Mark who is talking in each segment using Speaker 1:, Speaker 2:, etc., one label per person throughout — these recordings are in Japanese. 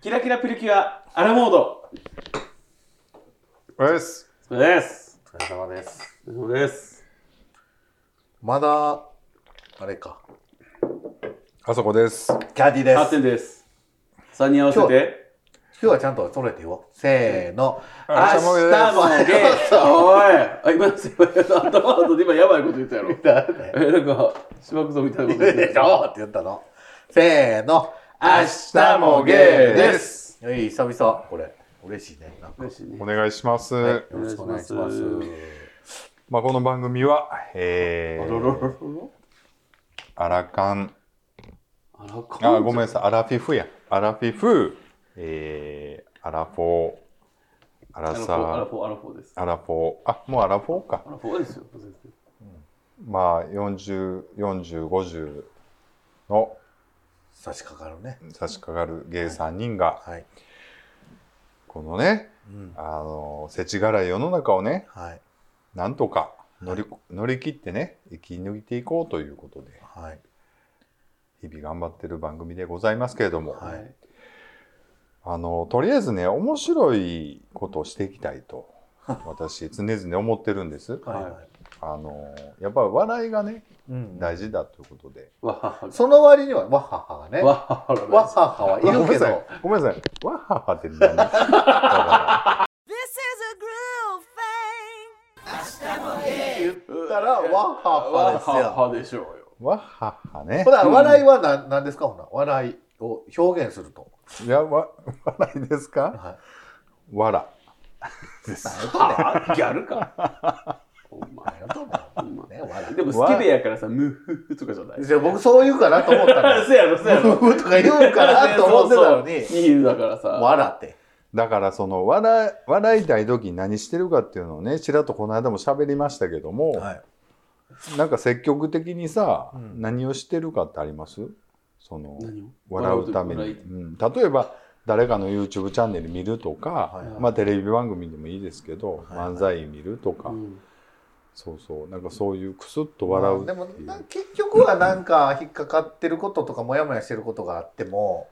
Speaker 1: キラキラプリキュア、アラモード。
Speaker 2: おはようございます。
Speaker 1: お疲れ様です。
Speaker 3: お疲れ
Speaker 1: お疲れ様
Speaker 3: 様です。
Speaker 1: です。
Speaker 3: まだ、あれか。
Speaker 2: あそこです。
Speaker 3: キャディで
Speaker 1: 8
Speaker 3: す。
Speaker 1: 点です。3人合わせて。
Speaker 3: 今日はちゃんと揃えてよ。せーの。
Speaker 2: 明日もです
Speaker 1: 明日もゲーおいあ、今、すいません頭の後で今やばいこと言ったやろ。
Speaker 3: なんだ よ
Speaker 1: え、なんか、しばくぞみたいなこと言って
Speaker 3: でしょって言ったの。せーの。
Speaker 1: 明日もゲーです。
Speaker 3: はい、久々。これ、嬉しいね。なんか
Speaker 1: 嬉しいね
Speaker 2: お。願いします。
Speaker 3: はいよろしくお願いします。
Speaker 1: お願いし
Speaker 2: まあこの番組は、え
Speaker 1: あらららら
Speaker 2: ー、アラカン、
Speaker 1: あらか
Speaker 2: あ、ごめんなさい、アラフィフや。アラフィフ、えー、アラフォー、ア
Speaker 1: ア
Speaker 2: ラ
Speaker 1: ラフォ
Speaker 2: サ
Speaker 1: ー、アラ
Speaker 2: ー、
Speaker 1: フォー、アラフォーです。
Speaker 2: アラフォー、あ、もうアラフォーか
Speaker 1: ア。ラフォーですよ。。
Speaker 2: まあ40、40、50の
Speaker 3: 差し掛かるね。
Speaker 2: 差し掛かるゲイ3人が、
Speaker 3: はい。
Speaker 2: このね、
Speaker 3: うん。
Speaker 2: あの、世知辛い世の中をね、
Speaker 3: はい。
Speaker 2: なんとか乗りこ乗り切ってね、生き抜いていこうということで。
Speaker 3: はい。
Speaker 2: 日々頑張ってる番組でございますけれども、
Speaker 3: はい
Speaker 2: あのとりあえずね面白いことをしていきたい と私常々思ってるんです。
Speaker 3: はい。
Speaker 1: は
Speaker 3: はい、
Speaker 2: あのやっぱり笑いがね
Speaker 3: うん。
Speaker 2: 大事だということで。
Speaker 1: わはは。
Speaker 3: その割には、わっはっはがね。わっ
Speaker 1: わははがない。
Speaker 3: はっははいる
Speaker 2: ごめ
Speaker 3: け
Speaker 2: んなさ
Speaker 3: ど
Speaker 2: い。ごめんなさい。わっはっはって何 だか
Speaker 4: This is a groove thing.
Speaker 3: 言ったら、わっはっはです
Speaker 1: わ
Speaker 3: よ
Speaker 1: は。はでしょうよ。
Speaker 2: らわっはっはね
Speaker 3: ほ。ら、
Speaker 1: うん
Speaker 3: 笑いはな何ですかほら、笑いを表現すると。
Speaker 2: いやわ笑いですか？
Speaker 3: は
Speaker 2: わらです。
Speaker 1: はあギャルか。お
Speaker 3: い。
Speaker 1: 前
Speaker 3: ありがとうもね、笑
Speaker 1: でも、スケベやからさ、ムフフとかじゃない
Speaker 3: い。。じゃあ僕そう言うかなと思ったの よ。
Speaker 1: そうやろ、そうやろ。
Speaker 3: ふふとか言うかなと思ってたのに
Speaker 1: そう、そうニールだからさ。
Speaker 3: 笑って。
Speaker 2: だからその笑い笑いたい時に何してるかっていうのをねちらっとこの間も喋りましたけども、
Speaker 3: はい。
Speaker 2: なんか積極的にさ、
Speaker 3: うん
Speaker 2: 何をしてるかってありますその
Speaker 1: 何を
Speaker 2: 笑うために、
Speaker 1: 笑う
Speaker 2: うん、例えば誰かの YouTube チャンネル見るとか、
Speaker 3: はい
Speaker 2: まあテレビ番組でもいいですけど、
Speaker 3: はいはい
Speaker 2: 漫才見るとか、
Speaker 1: うん
Speaker 2: そうそうなんかそういうクスッと笑うって
Speaker 3: で
Speaker 2: いう、
Speaker 3: も、な結局はなんか引っかかってることとか、もやもやしてることがあっても、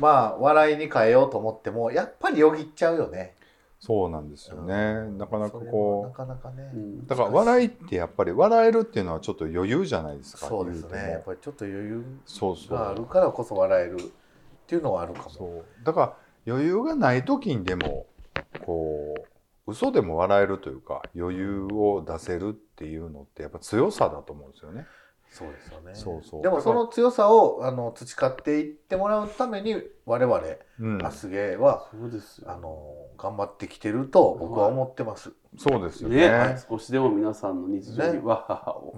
Speaker 3: まあ、笑いに変えようと思っても、やっぱりよぎっちゃうよね。
Speaker 2: そうなんですよね、
Speaker 3: うん
Speaker 2: なかなか
Speaker 3: それはな
Speaker 2: こ
Speaker 3: かなかね
Speaker 1: う。ん
Speaker 2: うだから笑いってやっぱり笑えるっていうのはちょっと余裕じゃないですか
Speaker 3: そうです
Speaker 2: 言うて
Speaker 3: ね。やっ
Speaker 2: も
Speaker 3: ぱりちょっと余裕
Speaker 2: そうそ
Speaker 3: があ
Speaker 2: う
Speaker 3: るからこそ笑えるっていうのはあるかも。
Speaker 2: そうだから余裕がない時にでもこう嘘でも笑えるというか余裕を出せるっていうのってやっぱ強さだと思うんですよね。
Speaker 3: そうですよね。
Speaker 2: そうそう
Speaker 3: でもその強さをあの培っていってもらうために我々
Speaker 2: うん、
Speaker 3: アスゲーは
Speaker 1: そうですよ
Speaker 3: あの頑張ってきてると僕は思ってます。
Speaker 2: そうですよね。
Speaker 1: ね、少しでも皆さんの日常にわははを。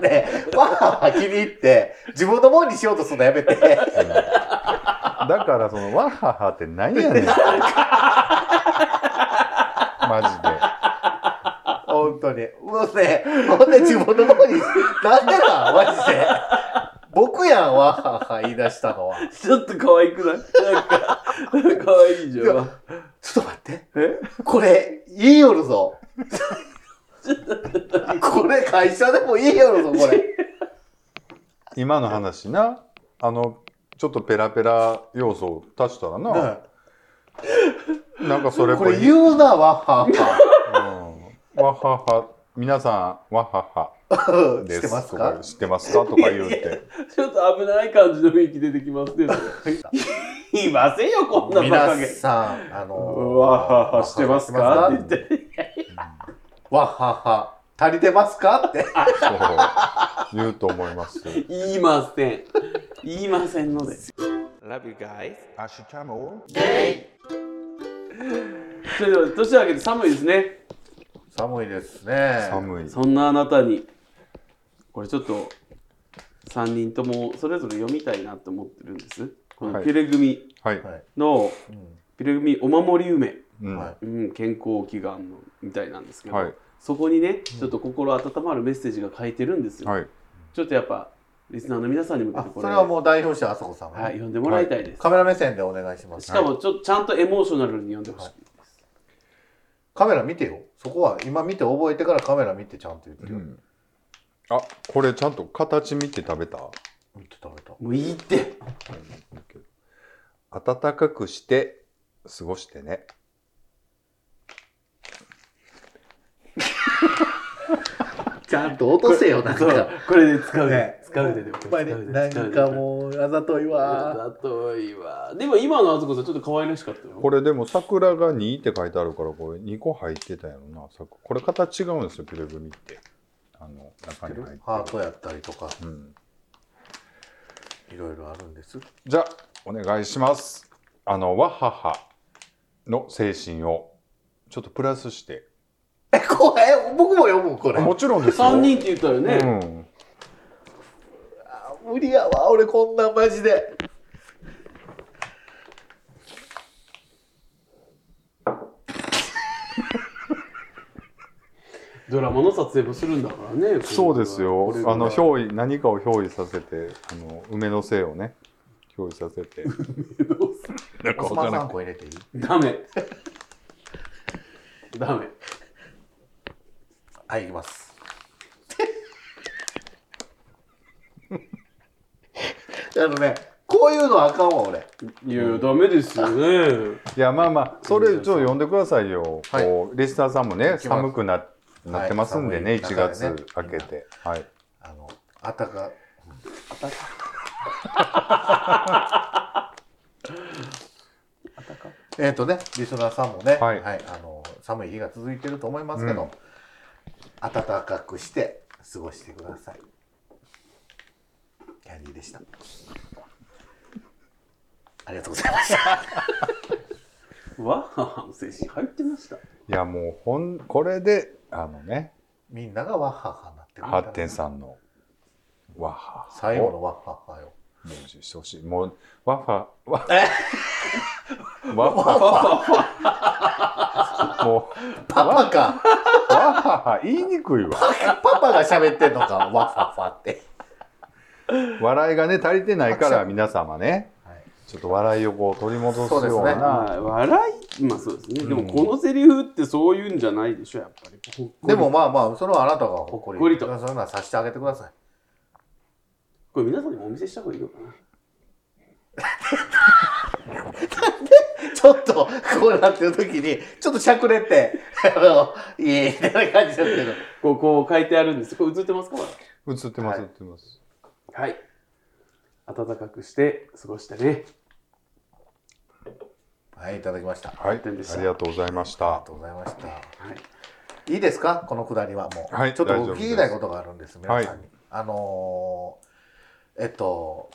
Speaker 3: ねわあ気に入って自分のもんにしようとするのやめて。
Speaker 2: うんだからその「わはは」って何やねんマ
Speaker 3: 本当に。もうね、ほんで自分のもんに、なんでなんマジで。僕やんわあ言い出したのは。
Speaker 1: ちょっと可愛くないなんか、可愛いじ
Speaker 3: い
Speaker 1: ゃん。
Speaker 3: やちょっと待って。
Speaker 1: え
Speaker 3: これ、言いよるぞ。これ会社でも言いよるぞ、これ。
Speaker 2: ジで今の話なあのちょっとペラペラ要素を足したらな、
Speaker 3: ね
Speaker 2: なんかそれっ
Speaker 3: こ
Speaker 2: ぽい
Speaker 3: れ言うな、わっはっ
Speaker 2: うんわはは」皆さん「わはは」
Speaker 3: は。
Speaker 2: で
Speaker 3: し
Speaker 2: す
Speaker 3: てます
Speaker 2: とか
Speaker 3: か
Speaker 2: 知ってますかとか言う
Speaker 1: いやい
Speaker 2: て
Speaker 1: ちょっと危ない感じの雰囲気出てきますね。 いませんよ、こんなバカげ
Speaker 3: 皆。さん、あの
Speaker 1: うわははしてますかって言って。
Speaker 3: わっはっは。足りてますかって。
Speaker 2: そう言うと思います。
Speaker 1: 言いません。言いませんので。Love you guys.
Speaker 2: 明日も
Speaker 1: それでは、年明けて寒いですね。
Speaker 3: 寒いですね。
Speaker 2: 寒い。
Speaker 1: そんなあなたに、これちょっと、3人ともそれぞれ読みたいなと思ってるんです。この
Speaker 2: はい
Speaker 1: ピレグミ
Speaker 2: はい。
Speaker 3: はい。
Speaker 1: の、
Speaker 3: う
Speaker 1: ピレグミお守り梅、
Speaker 2: うんん
Speaker 3: は
Speaker 1: う
Speaker 3: い
Speaker 1: ん、健康祈願のみたいなんですけど、
Speaker 2: はい。
Speaker 1: そこにね、ちょっと心温まるメッセージが書いてるんですよ。
Speaker 2: はい。
Speaker 1: ちょっとやっぱ、リスナーの皆さんに向け
Speaker 3: あ
Speaker 1: てこ
Speaker 3: そ
Speaker 1: れ、
Speaker 3: れはもう代表者あそこさん、
Speaker 1: はい、読んでもらいたいです。
Speaker 3: カメラ目線でお願いします
Speaker 1: しかもちょっとちゃんとエモーショナルに読んでほしいです。
Speaker 3: カメラ見てよそこは今見て覚えてからカメラ見てちゃんと言って
Speaker 2: う
Speaker 3: よ、
Speaker 2: んあ、これちゃんと形見て食べた。
Speaker 3: 見て食べた
Speaker 1: もういいって。
Speaker 2: 暖かくして過ごしてね。
Speaker 3: ちゃんと落とせよ、なん
Speaker 1: そ
Speaker 3: か
Speaker 1: う。これで使う
Speaker 3: ね
Speaker 1: で使うででも
Speaker 3: ほんまに
Speaker 1: 使うで
Speaker 3: な
Speaker 1: 使うんで
Speaker 3: かもう、あざといわ。
Speaker 1: だといいわでも今のあずこさんちょっと可愛らしかったよ
Speaker 2: これでも桜が2って書いてあるからこれ2個入ってたんやろな桜これ形違うんですよピルグミってあの中に入ってる
Speaker 3: ハートやったりとか、
Speaker 2: うん、
Speaker 3: いろいろあるんです。
Speaker 2: じゃあお願いしますあのわははの精神をちょっとプラスして
Speaker 3: え、これ、え僕も読む、これ。
Speaker 2: もちろんですよ
Speaker 1: 3人って言ったらね、
Speaker 2: うん、
Speaker 3: あ無理やわ、俺こんなんマジで。
Speaker 1: ドラマの撮影もするんだからね
Speaker 2: そうですよ
Speaker 1: これ。が
Speaker 2: あの憑依何かを憑依させて、あの梅の精をね、憑依させ て。なんか
Speaker 3: おス
Speaker 2: わ
Speaker 3: パ
Speaker 2: かん
Speaker 3: ン
Speaker 2: ない
Speaker 3: 3個入れていい
Speaker 1: ダメダメ
Speaker 3: はい、いきます。 あのね、こういうのあかんわ、俺。
Speaker 1: いやダメですよね
Speaker 2: いやまあまあそれちょっと読んでくださいよ。
Speaker 3: はい
Speaker 2: こうリスナーさんもね
Speaker 3: きます
Speaker 2: 寒くななってますんでね、
Speaker 3: はい
Speaker 2: 1
Speaker 3: 寒い中
Speaker 2: 月
Speaker 3: でね
Speaker 2: 明けて。はい。
Speaker 3: あの、あたか。 えっ、とね、リスナーさんもね、
Speaker 2: はい
Speaker 3: あの寒い日が続いてると思いますけど、
Speaker 2: うん
Speaker 3: 暖かくして過ごしてください。キャンディーでした。ありがとうございました。
Speaker 1: わははの精神入ってました
Speaker 2: いやもうほんこれであのね
Speaker 3: みんながワッハッハになってるんだな
Speaker 2: 発展さんのわは
Speaker 3: 最後のワッハッハよ。
Speaker 2: 文字してほしい。もうわはわ。わは
Speaker 1: わはは
Speaker 2: も
Speaker 3: パパか。
Speaker 2: うわはは言いにくいわ。
Speaker 3: パパが喋ってんのか、ワッハッハって。
Speaker 2: 笑いがね足りてないから皆様ね。
Speaker 3: はい
Speaker 2: ちょっと笑いをこう取り戻すよう
Speaker 3: そうですね
Speaker 2: な。
Speaker 1: はい笑いまあそうですね、で
Speaker 2: うん
Speaker 1: もこのセリフってそういうんじゃないでしょやっぱりほっこり
Speaker 3: でもまあまあ、それはあなたが誇り。
Speaker 1: 誇りと
Speaker 3: そういうのはさしてあげてください。
Speaker 1: これ皆さんにもお見せした方がいいのかな
Speaker 3: ちょっと、こうなってる時に、ちょっとしゃくれて、 あの、いえ、みたいな感じだけど。
Speaker 1: こうこう書いてあるんですこれ映ってますかこれ
Speaker 2: 映ってます、
Speaker 3: はい
Speaker 2: 映ってます。
Speaker 1: はい暖かくして過ごしてね
Speaker 3: はい、いただきました。あ
Speaker 2: はい、
Speaker 1: 点でした
Speaker 2: ありがとうございまし
Speaker 3: りが
Speaker 2: た。
Speaker 3: とうございました。
Speaker 1: はい
Speaker 3: いいですかこのくだりはもう。
Speaker 2: はい
Speaker 3: ちょっと
Speaker 2: 大丈夫
Speaker 3: 僕
Speaker 2: です
Speaker 3: 聞きたいことがあるんです、皆さん
Speaker 2: は
Speaker 3: に。あのーえっと、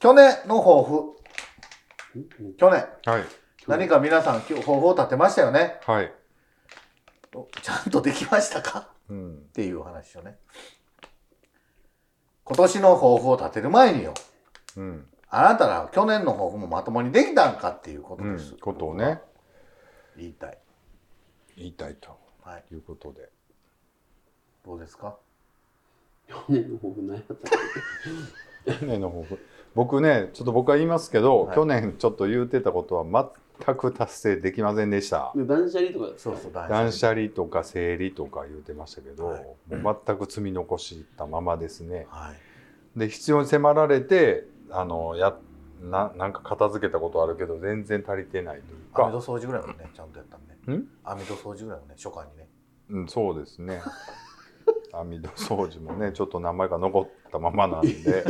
Speaker 3: 去年の抱負。去年。
Speaker 2: はい、
Speaker 3: 何か皆さん、抱負を立てましたよね。
Speaker 2: はい、
Speaker 3: ちゃんとできましたか
Speaker 2: うん
Speaker 3: っ、ていうお話をね。今年の抱負を立てる前によ。
Speaker 2: うん、
Speaker 3: あなたら去年の抱負もまともにできたんかっていうこと
Speaker 2: う
Speaker 3: で
Speaker 2: ん
Speaker 3: す。、
Speaker 2: ことをね、
Speaker 3: 言いたい。
Speaker 2: 言いたいと
Speaker 3: はい。
Speaker 2: いうこと で。
Speaker 3: どうですか
Speaker 1: 去年の抱負何やったっ
Speaker 2: 去年の抱負、僕ね、ちょっと僕は言いますけど、
Speaker 3: はい
Speaker 2: 去年ちょっと言うてたことは全く達成できませんでした。
Speaker 1: け断捨離とか
Speaker 3: そうそう、大
Speaker 2: 断捨離とか整理とか言うてましたけど、
Speaker 3: はい
Speaker 2: もう全く積み残したままですね。
Speaker 3: はい。
Speaker 2: で必要に迫られてあのやななんか片付けたことあるけど全然足りてないという
Speaker 3: 網戸
Speaker 2: か、
Speaker 3: 掃除ぐらいもね、ちゃんとやったんで。
Speaker 2: ん
Speaker 3: 網戸掃除ぐらいもね、初回にね。
Speaker 2: うん、そうですね網戸掃除もねちょっと名前が残ったままなんで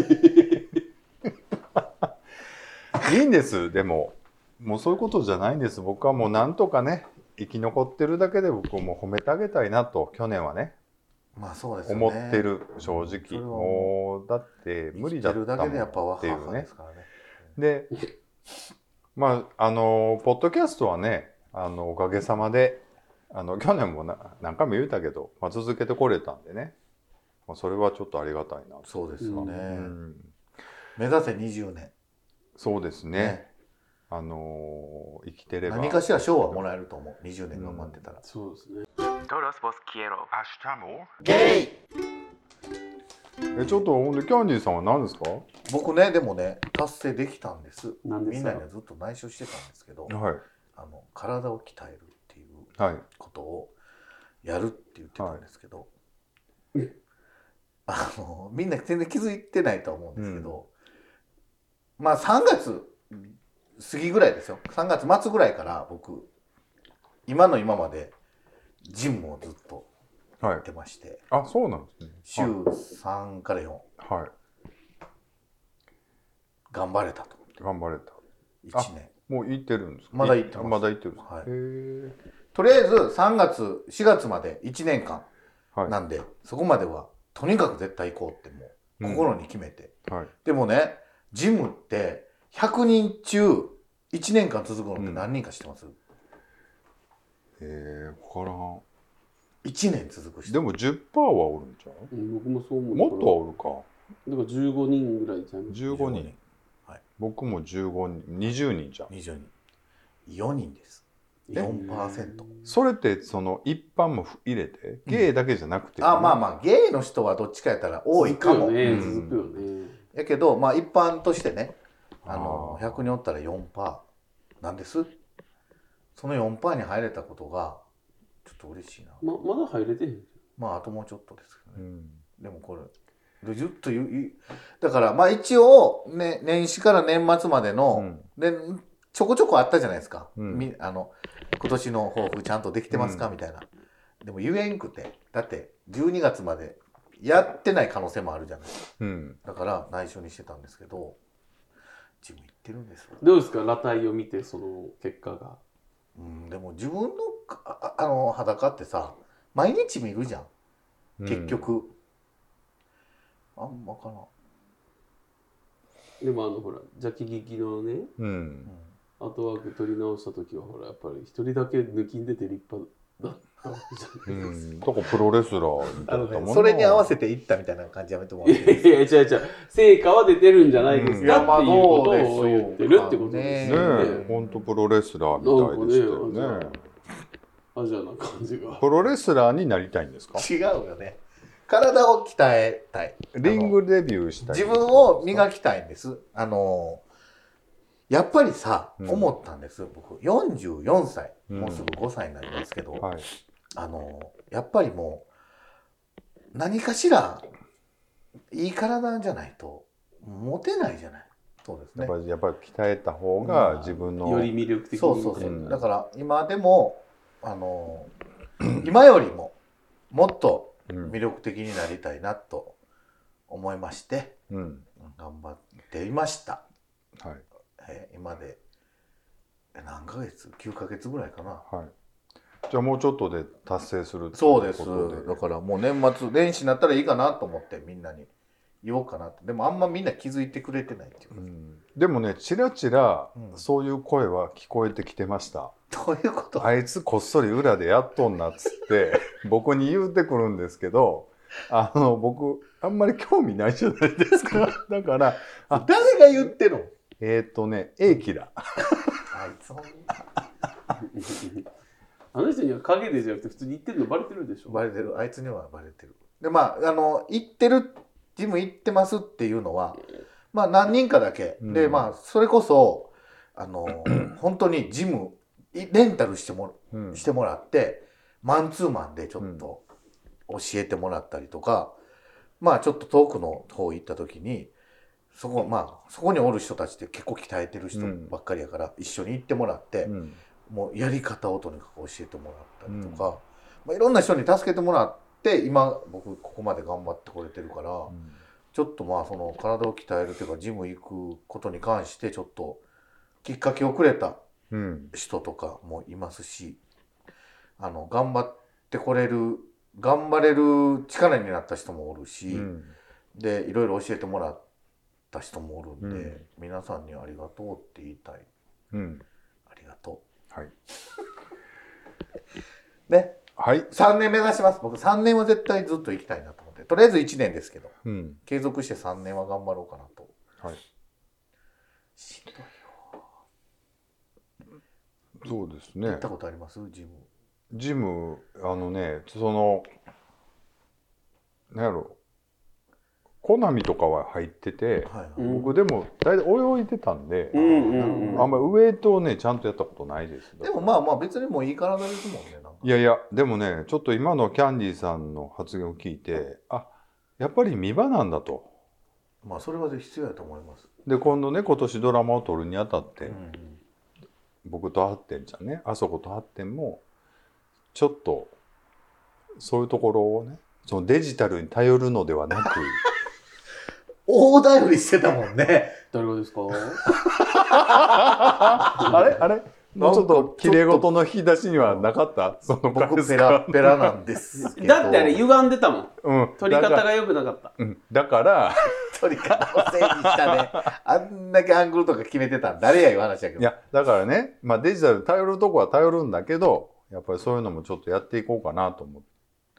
Speaker 2: いいんですでももうそういうことじゃないんです僕はもうなんとかね生き残ってるだけで僕をもう褒めてあげたいなと去年はね
Speaker 3: まあそうですよね。
Speaker 2: 思って。る正
Speaker 3: それ
Speaker 2: 直
Speaker 3: は
Speaker 2: もうだって無理だったもん
Speaker 3: るだけでやっぱワ
Speaker 2: ってい
Speaker 3: ハ
Speaker 2: う
Speaker 3: ハ
Speaker 2: ね
Speaker 3: ですからね。
Speaker 2: で、まあ、あの、ポッドキャストはね、あの、おかげさまで、あの、去年もな何回も言うたけど、まあ、続けてこれたんでね、まあ、それはちょっとありがたいなと。
Speaker 3: そうですよね。
Speaker 2: うん、
Speaker 3: 目指せ20年。
Speaker 2: そうですね。
Speaker 3: ね
Speaker 2: あの、生きてれば。
Speaker 3: 何かしら賞はもらえると思う。20年頑張ってたら。
Speaker 1: そうですね
Speaker 3: ゲイ
Speaker 2: え、ちょっと、ほんで、キャンディーさんは何ですか
Speaker 3: 僕ね、でもね、達成できたんです。
Speaker 1: 何で
Speaker 3: み
Speaker 1: す
Speaker 3: ん
Speaker 1: か
Speaker 3: なにはずっと内緒してたんですけど、
Speaker 2: はい。
Speaker 3: あの体を鍛えるっていう
Speaker 2: はい。
Speaker 3: ことをやるって言ってたんですけど、
Speaker 1: はい
Speaker 3: あのみんな全然気づいてないと思うんですけど、まあ3月過ぎぐらいですよ3月末ぐらいから僕今の今までジムをずっと
Speaker 2: はい
Speaker 3: やっ。てまして
Speaker 2: あ、そうなんですね。
Speaker 3: 週3から4
Speaker 2: はい。は
Speaker 3: 頑張れたと
Speaker 2: い、頑張れた。あ
Speaker 3: 1年
Speaker 2: もう行ってるんですか
Speaker 3: まだ行ってます
Speaker 2: まだ行ってるんですか
Speaker 3: はい
Speaker 2: へえ。
Speaker 3: とりあえず3月4月まで1年間
Speaker 2: はい。
Speaker 3: なんで、そこまではとにかく絶対行こうってもう心に決めて、
Speaker 2: はい。
Speaker 3: でもねジムって100人中1年間続くのって何人か知ってます、
Speaker 2: へえ、わからん。
Speaker 3: 1年続く人
Speaker 2: でも10%はおるんちゃう
Speaker 1: うん僕もそう思う。
Speaker 2: もっとはおるか。
Speaker 1: だから15人ぐらいじゃん。
Speaker 2: 15人。僕も15人、20人じゃん。
Speaker 3: 20人4人です4%
Speaker 2: それってその一般も入れて、ゲイだけじゃなくて、
Speaker 3: あまあまあゲイの人はどっちかやったら多いかも、
Speaker 1: 続くよね。
Speaker 2: うん
Speaker 1: 続くよね。
Speaker 3: やけどまあ一般としてねあの
Speaker 2: あー
Speaker 3: 100人おったら4パーなんですその4パーに入れたことがちょっと嬉しいな
Speaker 1: ままだ入れてへん。
Speaker 3: まああともうちょっとですけどね
Speaker 2: うん。
Speaker 3: でもこれでずっと言う言うだからまあ一応、ね、年始から年末まで
Speaker 2: う
Speaker 3: の、
Speaker 2: ん。
Speaker 3: でちょこちょこあったじゃないですか、
Speaker 2: うん
Speaker 3: みあの今年の抱負ちゃんとできてますか、
Speaker 2: うん
Speaker 3: みたいなでも言えんくてだって12月までやってない可能性もあるじゃない
Speaker 2: うん。
Speaker 3: だから内緒にしてたんですけど自分行ってるんですよ、
Speaker 1: どうですか、裸体を見て、その結果が。
Speaker 3: うん、でも自分のああの裸ってさ毎日見るじゃん結局、あんまかな、
Speaker 1: でも、あの、ほら、邪気聞きのね、
Speaker 2: うん。
Speaker 3: うん
Speaker 1: アートワーク取り直した時は、ほら、やっぱり一人だけ抜きんでて立派だったじ
Speaker 2: う
Speaker 1: ゃない
Speaker 2: ん。う
Speaker 1: ですか。
Speaker 2: ん。だからプロレスラーみたいだったもんな
Speaker 3: それに合わせて行ったみたいな感じやめてもらっていいですか
Speaker 1: いやいや、違う違う。成果は出てるんじゃないです
Speaker 2: い
Speaker 1: か
Speaker 2: や
Speaker 1: っていうことを言ってるってことです
Speaker 2: ね
Speaker 1: よ
Speaker 2: え、
Speaker 1: ね。
Speaker 2: ほんとプロレスラーみたいでしたよね。
Speaker 1: なんかねアジアな感じが。
Speaker 2: プロレスラーになりたいんですか
Speaker 3: 違うよね体を鍛えたい
Speaker 2: リングデビューしたい。
Speaker 3: 自分を磨きたいんですあのやっぱりさ、
Speaker 2: うん
Speaker 3: 思ったんです僕44歳
Speaker 2: うん
Speaker 3: もうすぐ5歳になりますけど、
Speaker 2: はい。
Speaker 3: あのやっぱりもう何かしらいい体じゃないとモテないじゃないそうです
Speaker 2: や
Speaker 3: ね
Speaker 2: っぱり、やっぱり鍛えた方が自分の。
Speaker 1: より魅力的に
Speaker 3: そうそうそう、
Speaker 2: うん
Speaker 3: だから今でもあ の今よりももっと
Speaker 2: うん
Speaker 3: 魅力的になりたいなと思いまして
Speaker 2: うん。
Speaker 3: 頑張っていました、
Speaker 2: はい。
Speaker 3: えー今でえ何ヶ月9ヶ月ぐらいかな
Speaker 2: はい。じゃあもうちょっとで達成するってい
Speaker 3: そうです
Speaker 2: こと
Speaker 3: だからもう年末年始になったらいいかなと思ってみんなに言おうかなってでもあんまみんな気づいてくれてないっていうう、
Speaker 2: んでもねちらちら
Speaker 3: うん
Speaker 2: そういう声は聞こえてきてました、
Speaker 3: どういうこと、
Speaker 2: あいつこっそり裏でやっとんなっつって 僕に言うてくるんですけどあの僕あんまり興味ないじゃないですか だからあ
Speaker 3: 誰が言ってるの
Speaker 2: えっ、とね英気だ
Speaker 3: あいつほん
Speaker 1: あの人には陰でじゃなくて普通に言ってるのバレてるでしょ。
Speaker 3: バレてるあいつにはバレてるでまああの行ってるジム行ってますっていうのはまあ何人かだけ、
Speaker 2: うん
Speaker 3: でまあそれこそ あの本当にジムいレンタルしても
Speaker 2: うん
Speaker 3: してもらってマンツーマンでちょっと教えてもらったりとか、まあちょっと遠くの方行った時にそこまあそこにおる人たちって結構鍛えてる人ばっかりやから、一緒に行ってもらって、
Speaker 2: うん
Speaker 3: もうやり方をとにかく教えてもらったりとか、まあ、いろんな人に助けてもらって今僕ここまで頑張ってこれてるから、
Speaker 2: うん
Speaker 3: ちょっとまあその体を鍛えるというかジム行くことに関してちょっときっかけをくれた
Speaker 2: うん
Speaker 3: 人とかもいますしあの頑張ってこれる頑張れる力になった人もおるし、
Speaker 2: うん
Speaker 3: でいろいろ教えてもらった人もおる
Speaker 2: う
Speaker 3: んで、
Speaker 2: ん
Speaker 3: 皆さんにありがとうって言いたい
Speaker 2: うん
Speaker 3: ありがと
Speaker 2: はい、
Speaker 3: う。ね
Speaker 2: はい
Speaker 3: 3年目指します僕3年は絶対ずっと行きたいなと思ってとりあえず1年ですけど
Speaker 2: うん
Speaker 3: 継続して3年は頑張ろうかなと
Speaker 2: はい、
Speaker 3: しんどい
Speaker 2: そうです
Speaker 3: 行
Speaker 2: ね
Speaker 3: ったことありますジム
Speaker 2: ジムあのねそのなんやろコナミとかは入ってて、
Speaker 3: はいはい、
Speaker 1: うん
Speaker 2: 僕でも大体泳いでたんで、
Speaker 1: うんうんうん。
Speaker 2: あんまりウエイトをねちゃんとやったことないです
Speaker 3: でもまあまあ別にもういい体ですもんねなんか
Speaker 2: いやいやでもねちょっと今のキャンディーさんの発言を聞いてあやっぱり見場なんだと
Speaker 3: まあそれは必要やと思います
Speaker 2: で今度ね今年ドラマを撮るにあたって、
Speaker 3: うん
Speaker 2: 僕とハッテンちゃんねあそことハッテンもちょっとそういうところをねそのデジタルに頼るのではなく
Speaker 3: 大頼りしてたもんね。
Speaker 1: 誰がですか
Speaker 2: あれあれもうちょっと綺麗事の引き出しにはなかったその
Speaker 3: 僕ペ
Speaker 2: が
Speaker 3: ラペラなんです けど。
Speaker 1: だってあれ歪んでたもん
Speaker 2: うん
Speaker 1: 取り方
Speaker 2: だか
Speaker 1: が良くなかった
Speaker 2: らうんだから
Speaker 3: 取り方を整理したね。 あんだけアングルとか決めてたん誰やいう話やけど。
Speaker 2: いやだからね、まあ、デジタル頼るとこは頼るんだけどやっぱりそういうのもちょっとやっていこうかなと思っ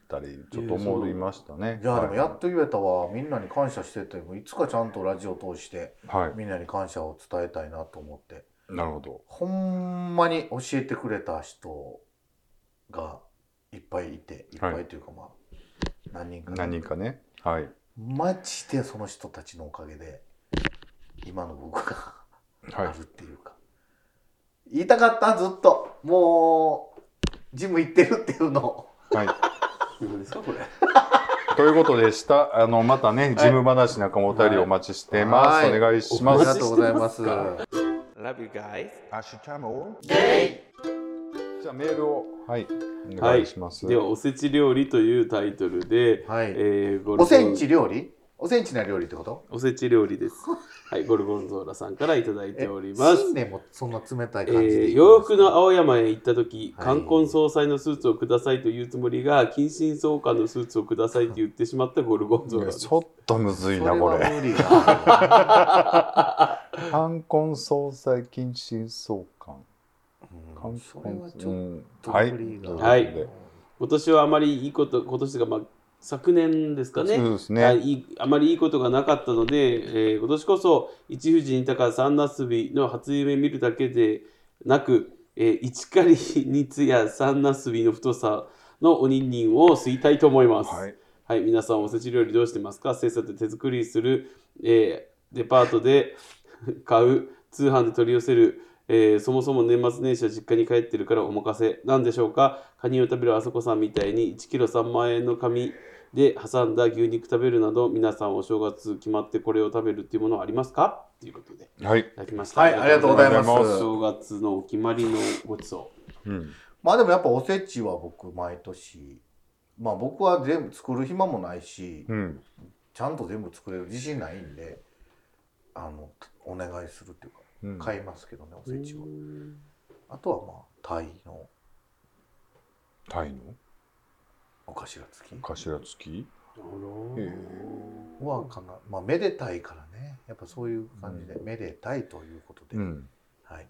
Speaker 2: たりちょっと思いましたね。
Speaker 3: いやでもや
Speaker 2: は
Speaker 3: っと言えたわみんなに感謝しててもいつかちゃんとラジオ通して
Speaker 2: い、はい
Speaker 3: みんなに感謝を伝えたいなと思って
Speaker 2: なるほど。
Speaker 3: ほんまに教えてくれた人がいっぱいいていっぱいというかまあ、何人か
Speaker 2: 何人かね。はい。
Speaker 3: マジでその人たちのおかげで今の僕があ
Speaker 2: はい
Speaker 3: る。っていうか、言いたかったずっともうジム行ってるっていうのを
Speaker 2: はい、
Speaker 1: 何ですかこれ
Speaker 2: ということでした。あの、またね、事務話なんかもお便りお待ちしてます。
Speaker 3: はい
Speaker 2: お願いし
Speaker 3: あ
Speaker 2: ま
Speaker 3: り
Speaker 2: す。
Speaker 3: がとうございます。
Speaker 1: Love you guys
Speaker 2: じゃあメールを、はい、お願いします。
Speaker 1: ではおせち料理というタイトルで、
Speaker 3: はい
Speaker 1: えーゴルゴ
Speaker 3: おせんち料理おせんちな料理ってこと
Speaker 1: おせち料理ですはいゴルゴンゾーラさんからいただいております
Speaker 3: 新年もそんな冷たい
Speaker 1: え
Speaker 3: 感じで、
Speaker 1: ー洋服の青山へ行った時、
Speaker 3: はい
Speaker 1: 冠婚葬祭のスーツをくださいと言うつもりが近親相関のスーツをくださいって言ってしまったゴルゴンゾー
Speaker 2: い
Speaker 1: ラ
Speaker 2: や
Speaker 1: です
Speaker 2: ちょっとむずい
Speaker 3: そ
Speaker 2: な、
Speaker 3: れ
Speaker 2: こ
Speaker 3: は
Speaker 2: れ。
Speaker 3: 無理がある
Speaker 2: 冠婚葬祭近親相関。
Speaker 3: う
Speaker 2: 冠婚
Speaker 3: んそれはち
Speaker 2: う
Speaker 3: ょっ
Speaker 2: ん
Speaker 3: と
Speaker 2: はい。
Speaker 3: 無理が
Speaker 1: はい
Speaker 2: とうこ
Speaker 1: 今年はあまりいいこと今年がまあ昨年ですか
Speaker 2: と
Speaker 1: ね
Speaker 2: でそうです
Speaker 1: あ
Speaker 2: ね。
Speaker 1: いいあまりいいことがなかったので、えー今年こそ一富士二鷹三なすびの初夢見るだけでなく、えー一狩り二つや三なすびの太さのおにんにんを吸いたいと思います。
Speaker 2: はい。
Speaker 1: はい、皆さんおせち料理どうしてますかせっさと手作りする、えーデパートで 買う、通販で取り寄せる、えーそもそも年末年始は実家に帰ってるからお任せなんでしょうかカニを食べるあそこさんみたいに1キロ3万円の紙で挟んだ牛肉食べるなど皆さんお正月決まってこれを食べるっていうものはありますかということでい
Speaker 2: はい。
Speaker 1: ただきました。
Speaker 3: はい、ありがとうございます。
Speaker 2: ありがとうござい
Speaker 1: お
Speaker 2: ま
Speaker 1: 正月のお決まりのごちそ
Speaker 2: うん。
Speaker 3: まあでもやっぱおせちは僕毎年、まあ僕は全部作る暇もないし、
Speaker 2: うん。
Speaker 3: ちゃんと全部作れる自信ないんで、あのお願いするっていうか
Speaker 2: うん
Speaker 3: 買いますけどね、お
Speaker 1: う。
Speaker 3: せちは。あとはまあタイの
Speaker 2: タイの
Speaker 3: お菓子が付き
Speaker 2: 頭付き
Speaker 1: あら
Speaker 2: へ
Speaker 3: はかな、まあめでたいからね、やっぱそういう感じで、めでたいということで、
Speaker 2: うん。
Speaker 3: はい。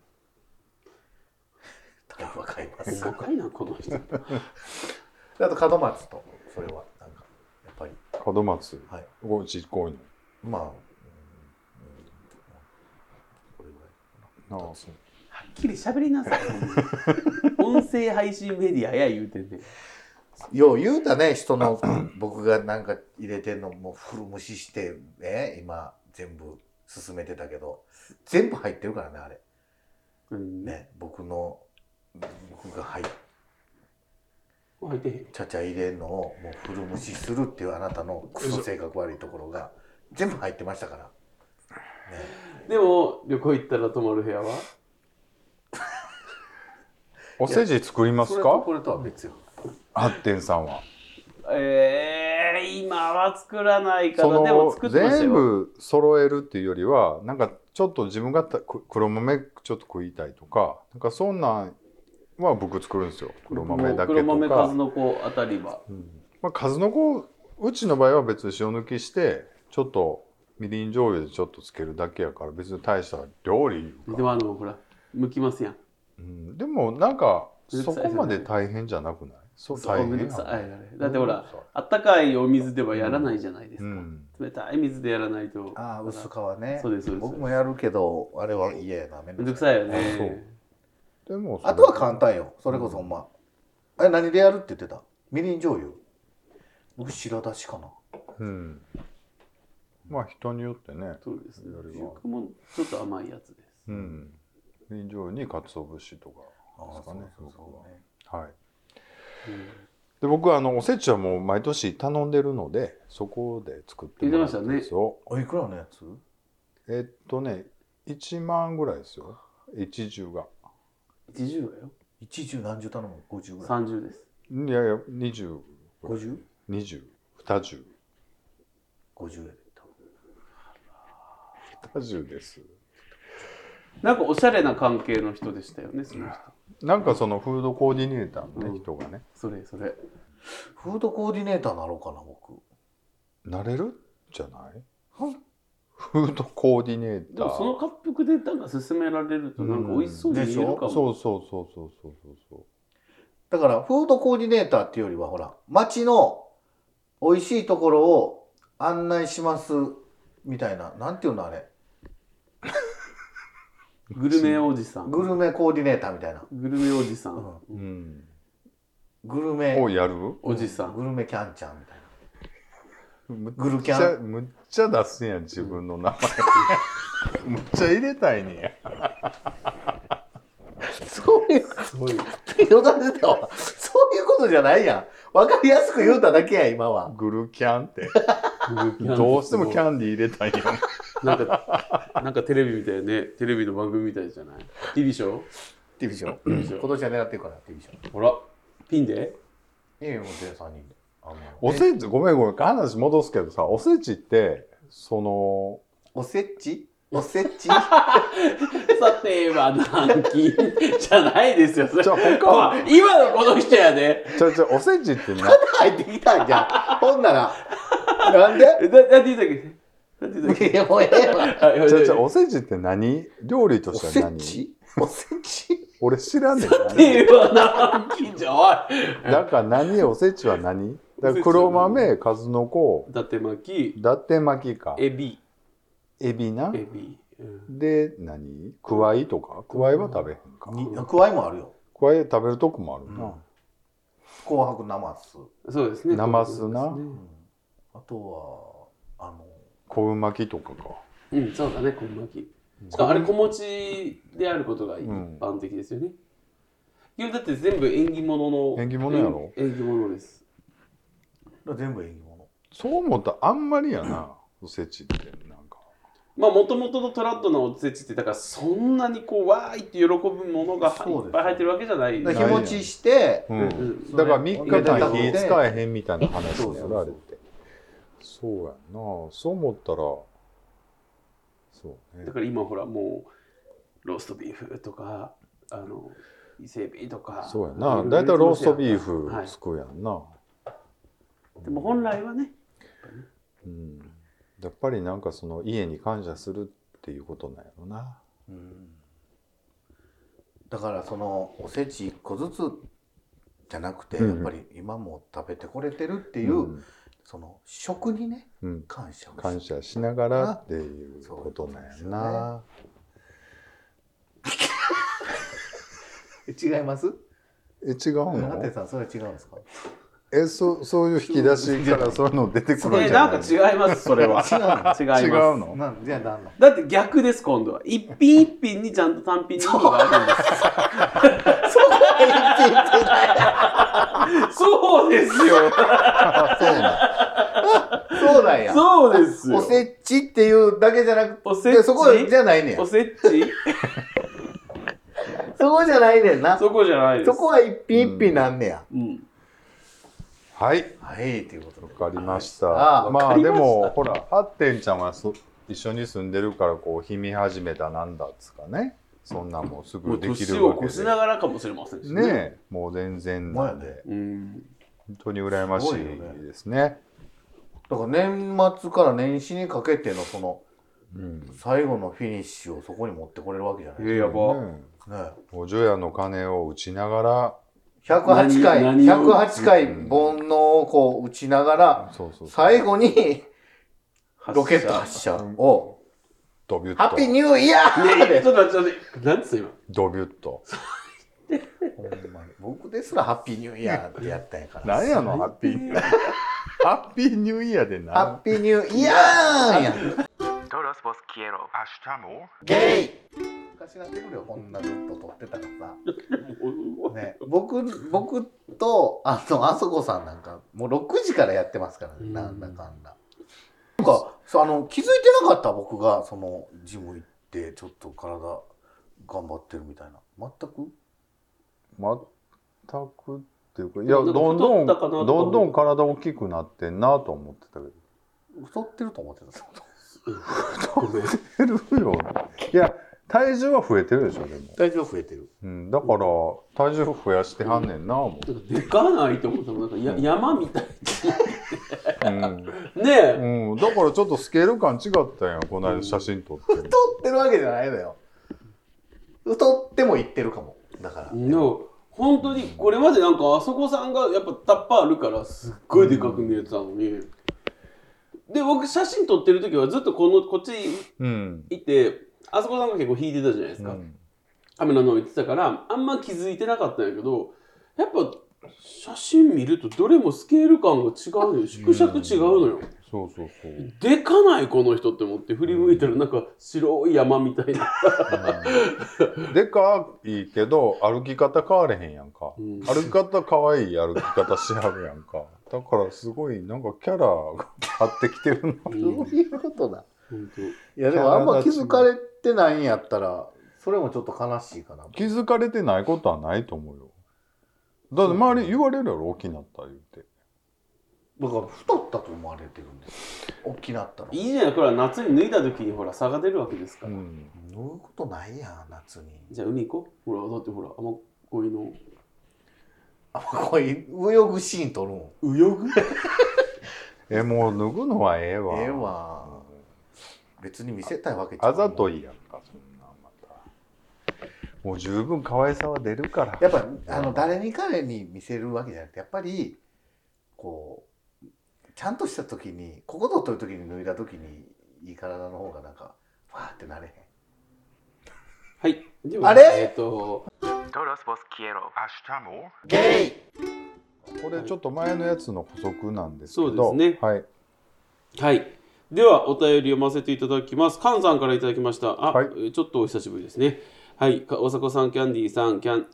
Speaker 3: タイは買います。
Speaker 1: 細かいな、この人。
Speaker 3: あと門松とそれはなんかやっぱり
Speaker 2: 門松。
Speaker 3: はい
Speaker 2: ごちこういう
Speaker 3: まあ、うんうんこれぐらい
Speaker 2: の。ああ、そう。
Speaker 1: はっきり喋りなさい。 音声配信メディアや言うてんねん。
Speaker 3: よう言うたね人の 僕がなんか入れてんのもフル無視してね今全部進めてたけど全部入ってるからねあれ
Speaker 1: うん、ね。
Speaker 3: ね僕の僕が入っ
Speaker 1: 入ってへん。
Speaker 3: ちゃちゃ入れんのをもうフル無視するっていうあなたのクソ性格悪いところが全部入ってましたから、ね、
Speaker 1: でも、旅行行ったら泊まる部屋は
Speaker 2: おせち作りま
Speaker 3: そ
Speaker 2: す
Speaker 3: れと
Speaker 2: か
Speaker 3: これとは別よ
Speaker 2: ハッテンさんは。
Speaker 1: ええ今は作らないか
Speaker 2: そ
Speaker 1: ら、でも
Speaker 2: の
Speaker 1: 作ってました
Speaker 2: 全
Speaker 1: よ。
Speaker 2: 部揃えるっていうよりはなんかちょっと自分がたく黒豆ちょっと食いたいとかなんかそんなんは僕作るんですよ黒豆だけ
Speaker 1: 黒豆
Speaker 2: と
Speaker 1: 数
Speaker 2: か、
Speaker 1: の子あたりは。
Speaker 2: まあ、数の子うちの場合は別に塩抜きしてちょっとみりん醤油でちょっとつけるだけやから別に大した料理いう
Speaker 1: で
Speaker 2: か、
Speaker 1: もあの、ほら、剥きますやん。
Speaker 2: うん、でもなんか
Speaker 1: うるさ
Speaker 2: そ
Speaker 1: い
Speaker 2: こまで大変じゃなくないそう
Speaker 1: そう
Speaker 2: 大
Speaker 1: めんど
Speaker 2: 変
Speaker 1: くさい
Speaker 2: や
Speaker 1: あれあれだってほら
Speaker 3: そう、
Speaker 1: あったかいお水ではやらないじゃないです
Speaker 2: う
Speaker 1: か。
Speaker 2: ん、
Speaker 1: 冷たい水でやらないと。
Speaker 3: ああ薄皮ね
Speaker 1: そうですそうです
Speaker 3: 僕もやるけどあれは嫌やなめん
Speaker 1: めんどくさいよ
Speaker 2: あそう
Speaker 1: ね。
Speaker 2: でもそれ
Speaker 3: あとは簡単よ。それこそほんま。あれ何でやるって言ってたみりん醤油。僕白だしかな。
Speaker 2: うん、まあ人によってね
Speaker 1: そうですね。
Speaker 2: よりは
Speaker 1: 僕もちょっと甘いやつです。
Speaker 2: うん、臨場に鰹節とかですかね僕
Speaker 3: ね。
Speaker 2: は。はい。
Speaker 1: うん
Speaker 2: で僕はあのおせちはもう毎年頼んでるのでそこで作ってもら
Speaker 1: 言
Speaker 2: う
Speaker 1: ってましたね
Speaker 2: やつを
Speaker 3: おいくらのやつ
Speaker 2: えっとね1万ぐらいですよ一重が
Speaker 1: 80だよ。
Speaker 3: 一十何十頼む五十ぐらい。
Speaker 1: 30です。
Speaker 2: いやいや20
Speaker 3: 五十
Speaker 2: 二十二十
Speaker 3: 五十円で多
Speaker 2: 二十です
Speaker 1: なんかおしゃれな関係の人でしたよね、その人。
Speaker 2: なんかそのフードコーディネーターの、ね
Speaker 1: うん
Speaker 2: 人がね
Speaker 1: それそれ。
Speaker 3: 分フードコーディネーターなろうかな僕。
Speaker 2: なれるじゃないフードコーディネー
Speaker 1: で
Speaker 2: タ
Speaker 1: もその
Speaker 2: ー
Speaker 1: 滑覆でなんか勧められるとなんか美味しそうに見えるか
Speaker 2: そう
Speaker 1: も。
Speaker 2: そうそうそうそうそうそう
Speaker 3: だからフードコーディネーターっていうよりはほら町の美味しいところを案内しますみたいななんていうのあれ
Speaker 1: グルメおじさん。
Speaker 3: グルメコーディネーターみたいな
Speaker 1: グルメおじさん。
Speaker 3: う
Speaker 2: うん
Speaker 3: グルメ
Speaker 2: をやる
Speaker 1: おじさん。
Speaker 3: グルメキャンちゃんみたいな
Speaker 2: むっ
Speaker 3: グルキ
Speaker 2: ちゃ
Speaker 3: ャ
Speaker 2: むっちゃ出すやん自分の 名前むっちゃ入れたいねや
Speaker 3: そういう
Speaker 1: そういう
Speaker 3: よだれてたわそういうことじゃないやんわかりやすく言うただけや今は
Speaker 2: グルキャンって
Speaker 1: グルメ
Speaker 2: どうしてもキャンディー入れたいやん
Speaker 1: なんか、なんかテレビみたいね。テレビの番組みたいじゃない ?TV ショー
Speaker 3: ティビション
Speaker 1: ィビション
Speaker 3: 今年は狙っていくからティビション
Speaker 1: ほら、ピンで
Speaker 3: いやいやもう全3人であんま
Speaker 2: おせちごめんごめん話戻すけどさおせちってその
Speaker 3: おせちおせち
Speaker 1: さては南京じゃないですよ。それ
Speaker 2: じゃあ他は
Speaker 1: まあ今のこの人やで。
Speaker 2: ちょいちょいおせちってな
Speaker 3: 入ってきたんじゃんほんならなんで
Speaker 1: えななんて言ったっけなんて言ったっ
Speaker 3: いやもう ええわ
Speaker 1: けはいはい
Speaker 2: ちょい
Speaker 1: はい
Speaker 2: ちょいおせちって何料理と
Speaker 3: お
Speaker 2: して
Speaker 3: せ
Speaker 2: は何
Speaker 3: ちおせち
Speaker 2: 俺知らんねん
Speaker 1: さては南京じゃおい。
Speaker 2: だから何おせちは何だから黒豆数の子
Speaker 1: 伊達巻き、
Speaker 2: 伊達巻きか
Speaker 1: エビ、
Speaker 2: エビな
Speaker 1: エビ。うん
Speaker 2: で何くわいとかくわいは食べへんか
Speaker 3: にくわいもあるよ
Speaker 2: くわい食べるとこもあるな、
Speaker 3: 紅白生酢
Speaker 1: そうですね。
Speaker 2: なますな
Speaker 1: そうですね
Speaker 3: あとはあの
Speaker 2: 昆布巻きとかか
Speaker 1: うん、そうだね、小麦。しかもあれ、小餅であることが一般的ですよね。いや、だって全部縁起物の。
Speaker 2: 縁起物やろ
Speaker 1: 縁縁起物です。
Speaker 3: 全部縁起物
Speaker 2: そう思ったらあんまりやなおせちってなんか
Speaker 1: まあ、もともとのトラッドのおせちって、だからそんなにこう、わーいって喜ぶものがい
Speaker 3: そうです
Speaker 1: っぱい入ってるわけじゃない。
Speaker 3: だ
Speaker 2: ね
Speaker 3: から日持ちして
Speaker 2: う
Speaker 1: うんん
Speaker 2: だから3日間
Speaker 3: それ
Speaker 2: 火使えへんみたいな話
Speaker 3: そう
Speaker 2: に
Speaker 3: そう
Speaker 2: な
Speaker 3: そう
Speaker 2: られてそうやんなそう思ったらそうね
Speaker 1: だから今ほら、もう、ローストビーフとか、あの、伊勢海老とか。
Speaker 2: そうやな大体ローストビーフ
Speaker 1: はい
Speaker 2: つくやんな、
Speaker 1: でも本来はね、
Speaker 2: うん、やっぱりなんかその家に感謝するっていうことなんやろな
Speaker 3: うんだからそのおせち1個ずつじゃなくて
Speaker 2: うん
Speaker 3: やっぱり今も食べてこれてるっていう、
Speaker 2: うん
Speaker 3: その食にね
Speaker 2: うん、
Speaker 3: 感謝をして
Speaker 2: 感謝しながらっていうことなんやな、
Speaker 3: 違います
Speaker 2: え違う
Speaker 3: ハ
Speaker 2: の
Speaker 3: テさんそれは違うんですか
Speaker 2: えそうそういう引き出しからそういうの出てく
Speaker 1: そ
Speaker 2: るん
Speaker 1: れ
Speaker 2: じゃ
Speaker 1: なん
Speaker 2: な
Speaker 1: か
Speaker 2: い
Speaker 1: 違います、それは。違います。
Speaker 2: 違うの
Speaker 3: なんじゃあ何の
Speaker 1: だって逆です、今度は。一品一品にちゃんと単品に意味があるんです。そうですよ。
Speaker 2: あそうなん
Speaker 3: そうなんや
Speaker 1: そうですよ。
Speaker 3: おせちっていうだけじゃなく
Speaker 1: おせ
Speaker 3: て
Speaker 1: ち
Speaker 3: そこじゃないねん
Speaker 1: おせち
Speaker 3: そこじゃないねんなそ
Speaker 1: そこじゃないです。
Speaker 3: こは一品一品なんねや、
Speaker 1: うん。
Speaker 2: はい
Speaker 3: はいということで
Speaker 2: わかりました
Speaker 3: ああ
Speaker 2: ま
Speaker 1: わか
Speaker 2: あ
Speaker 1: り
Speaker 2: で
Speaker 1: ました
Speaker 2: もほらハッテンちゃんはそ一緒に住んでるからこう秘め始めたなんだっつうかねそんなんもうす
Speaker 1: も
Speaker 2: ぐ
Speaker 1: う
Speaker 2: でき
Speaker 1: 年
Speaker 2: るわ
Speaker 1: を
Speaker 2: け
Speaker 1: 越し
Speaker 2: で
Speaker 1: ながらかもしれませんし
Speaker 2: ねえもう全然
Speaker 3: 前
Speaker 2: な
Speaker 3: や
Speaker 2: んで
Speaker 3: で
Speaker 1: うん。
Speaker 2: 本当に羨ましいですね
Speaker 3: だから年末から年始にかけてのその
Speaker 2: うん
Speaker 3: 最後のフィニッシュをそこに持ってこれるわけじゃない
Speaker 1: え、やば。
Speaker 2: ね
Speaker 3: ね
Speaker 2: えお除夜の鐘を打ちなが
Speaker 3: 108回
Speaker 1: 何何を
Speaker 3: 108回煩悩をこう打ちながら
Speaker 2: らそうそうそう
Speaker 3: 最後に
Speaker 1: 発
Speaker 3: ロケット
Speaker 1: 射
Speaker 3: 発射を
Speaker 2: ドビュ
Speaker 3: 「ハッピー
Speaker 2: ッと
Speaker 3: ニューイヤー!」
Speaker 1: ちょ
Speaker 3: で
Speaker 1: っと待って、ちょっと待って。なんつうの
Speaker 2: ドビュッと
Speaker 3: ほんまに僕ですら「ハッピーニューイヤー」ってやったんやから
Speaker 2: 何やのハッピーハッピーニューイヤーで
Speaker 3: ハ
Speaker 2: な
Speaker 3: ッピーニューイヤーやんゲイ昔なってくるよこんなずっと撮ってたらさ
Speaker 1: 今。
Speaker 3: ね、僕僕とあのあそこさんなんかもう6時からやってますからねなんだかんだ。なんかそうあの気づいてなかった僕がそのジム行ってちょっと体頑張ってるみたいな全く
Speaker 2: 全くっていうかいや
Speaker 1: なんか
Speaker 2: どんど
Speaker 1: 太
Speaker 2: ん
Speaker 1: ったかなと
Speaker 2: ど
Speaker 1: 思
Speaker 2: ん
Speaker 1: った
Speaker 2: どん体大きくなってんなと思ってたけど
Speaker 3: 太ってると思ってた
Speaker 1: ごめん
Speaker 2: 減るよいや体重は増えてるでしょでも、
Speaker 3: 体重増えてる
Speaker 2: うん、だから体重増やしてはんねんな思って、
Speaker 1: なんかでかないと思ったもんなんかや山みたい
Speaker 2: うん
Speaker 1: ねえ
Speaker 2: うん、だからちょっとスケール感違ったやんこの間写真撮って
Speaker 3: 太ってるわけじゃないのよ太ってもいってるかもだから
Speaker 1: の本当にこれまでなんかあそこさんがやっぱタッパーあるからすっごいでかく見えてたのに、で僕写真撮ってる時はずっとこのこっち
Speaker 2: うん、
Speaker 1: いてあそこさんが結構引いてたじゃないですか、
Speaker 2: うん
Speaker 1: 雨のの言ってたからあんま気づいてなかったんやけどやっぱ写真見るとどれもスケール感が違うのよ縮尺違うのよ、
Speaker 2: そうそうそう、うん
Speaker 1: でかないこの人って思って振り向いたらなんか白い山みたいな、
Speaker 2: でかいけど歩き方変われへんやんか
Speaker 1: うん
Speaker 2: 歩き方可愛い歩き方しはるやんかだからすごいなんかキャラが張ってきてるな
Speaker 1: うん
Speaker 3: いうことだ
Speaker 1: 本
Speaker 3: いやでもあんま気づかれてないんやったらそれもちょっと悲しいかな
Speaker 2: 気づかれてないことはないと思うよだって周り言われるやろ大きなった言って
Speaker 3: 僕は太ったと思われてるんです大きなったの
Speaker 1: 当いいじゃないこれは夏に脱いだ時にほら差が出るわけですか
Speaker 2: う
Speaker 1: ら、
Speaker 2: ん
Speaker 3: 脱ぐことないやん夏に
Speaker 1: じゃあ海行こうほらだってほら雨乞いの
Speaker 3: あこういう泳ぐシーン撮るん
Speaker 1: うよぐ
Speaker 2: えもう脱ぐのはええわ
Speaker 3: ええわ別に見せたいわけちゃ
Speaker 2: あ
Speaker 3: うもん
Speaker 2: ざといやんかそんなまたもう十分可愛さは出るから
Speaker 3: やっぱあの誰に彼に見せるわけじゃなくてやっぱりこうちゃんとした時にここぞという時に脱いだ時にいい体の方がなんかわーってなれへん
Speaker 1: はいでは
Speaker 3: あれ
Speaker 1: えっ、と
Speaker 5: Todos vos quiero.
Speaker 3: ゲイ
Speaker 2: これちょっと前のやつの補足なんですけど
Speaker 1: そうですね
Speaker 2: はい
Speaker 1: はいではお便り読ませていただきますカンさんからいただきましたあ、
Speaker 2: はい
Speaker 1: えーちょっとお久しぶりですねはいか大迫さんキャンディーさんキャン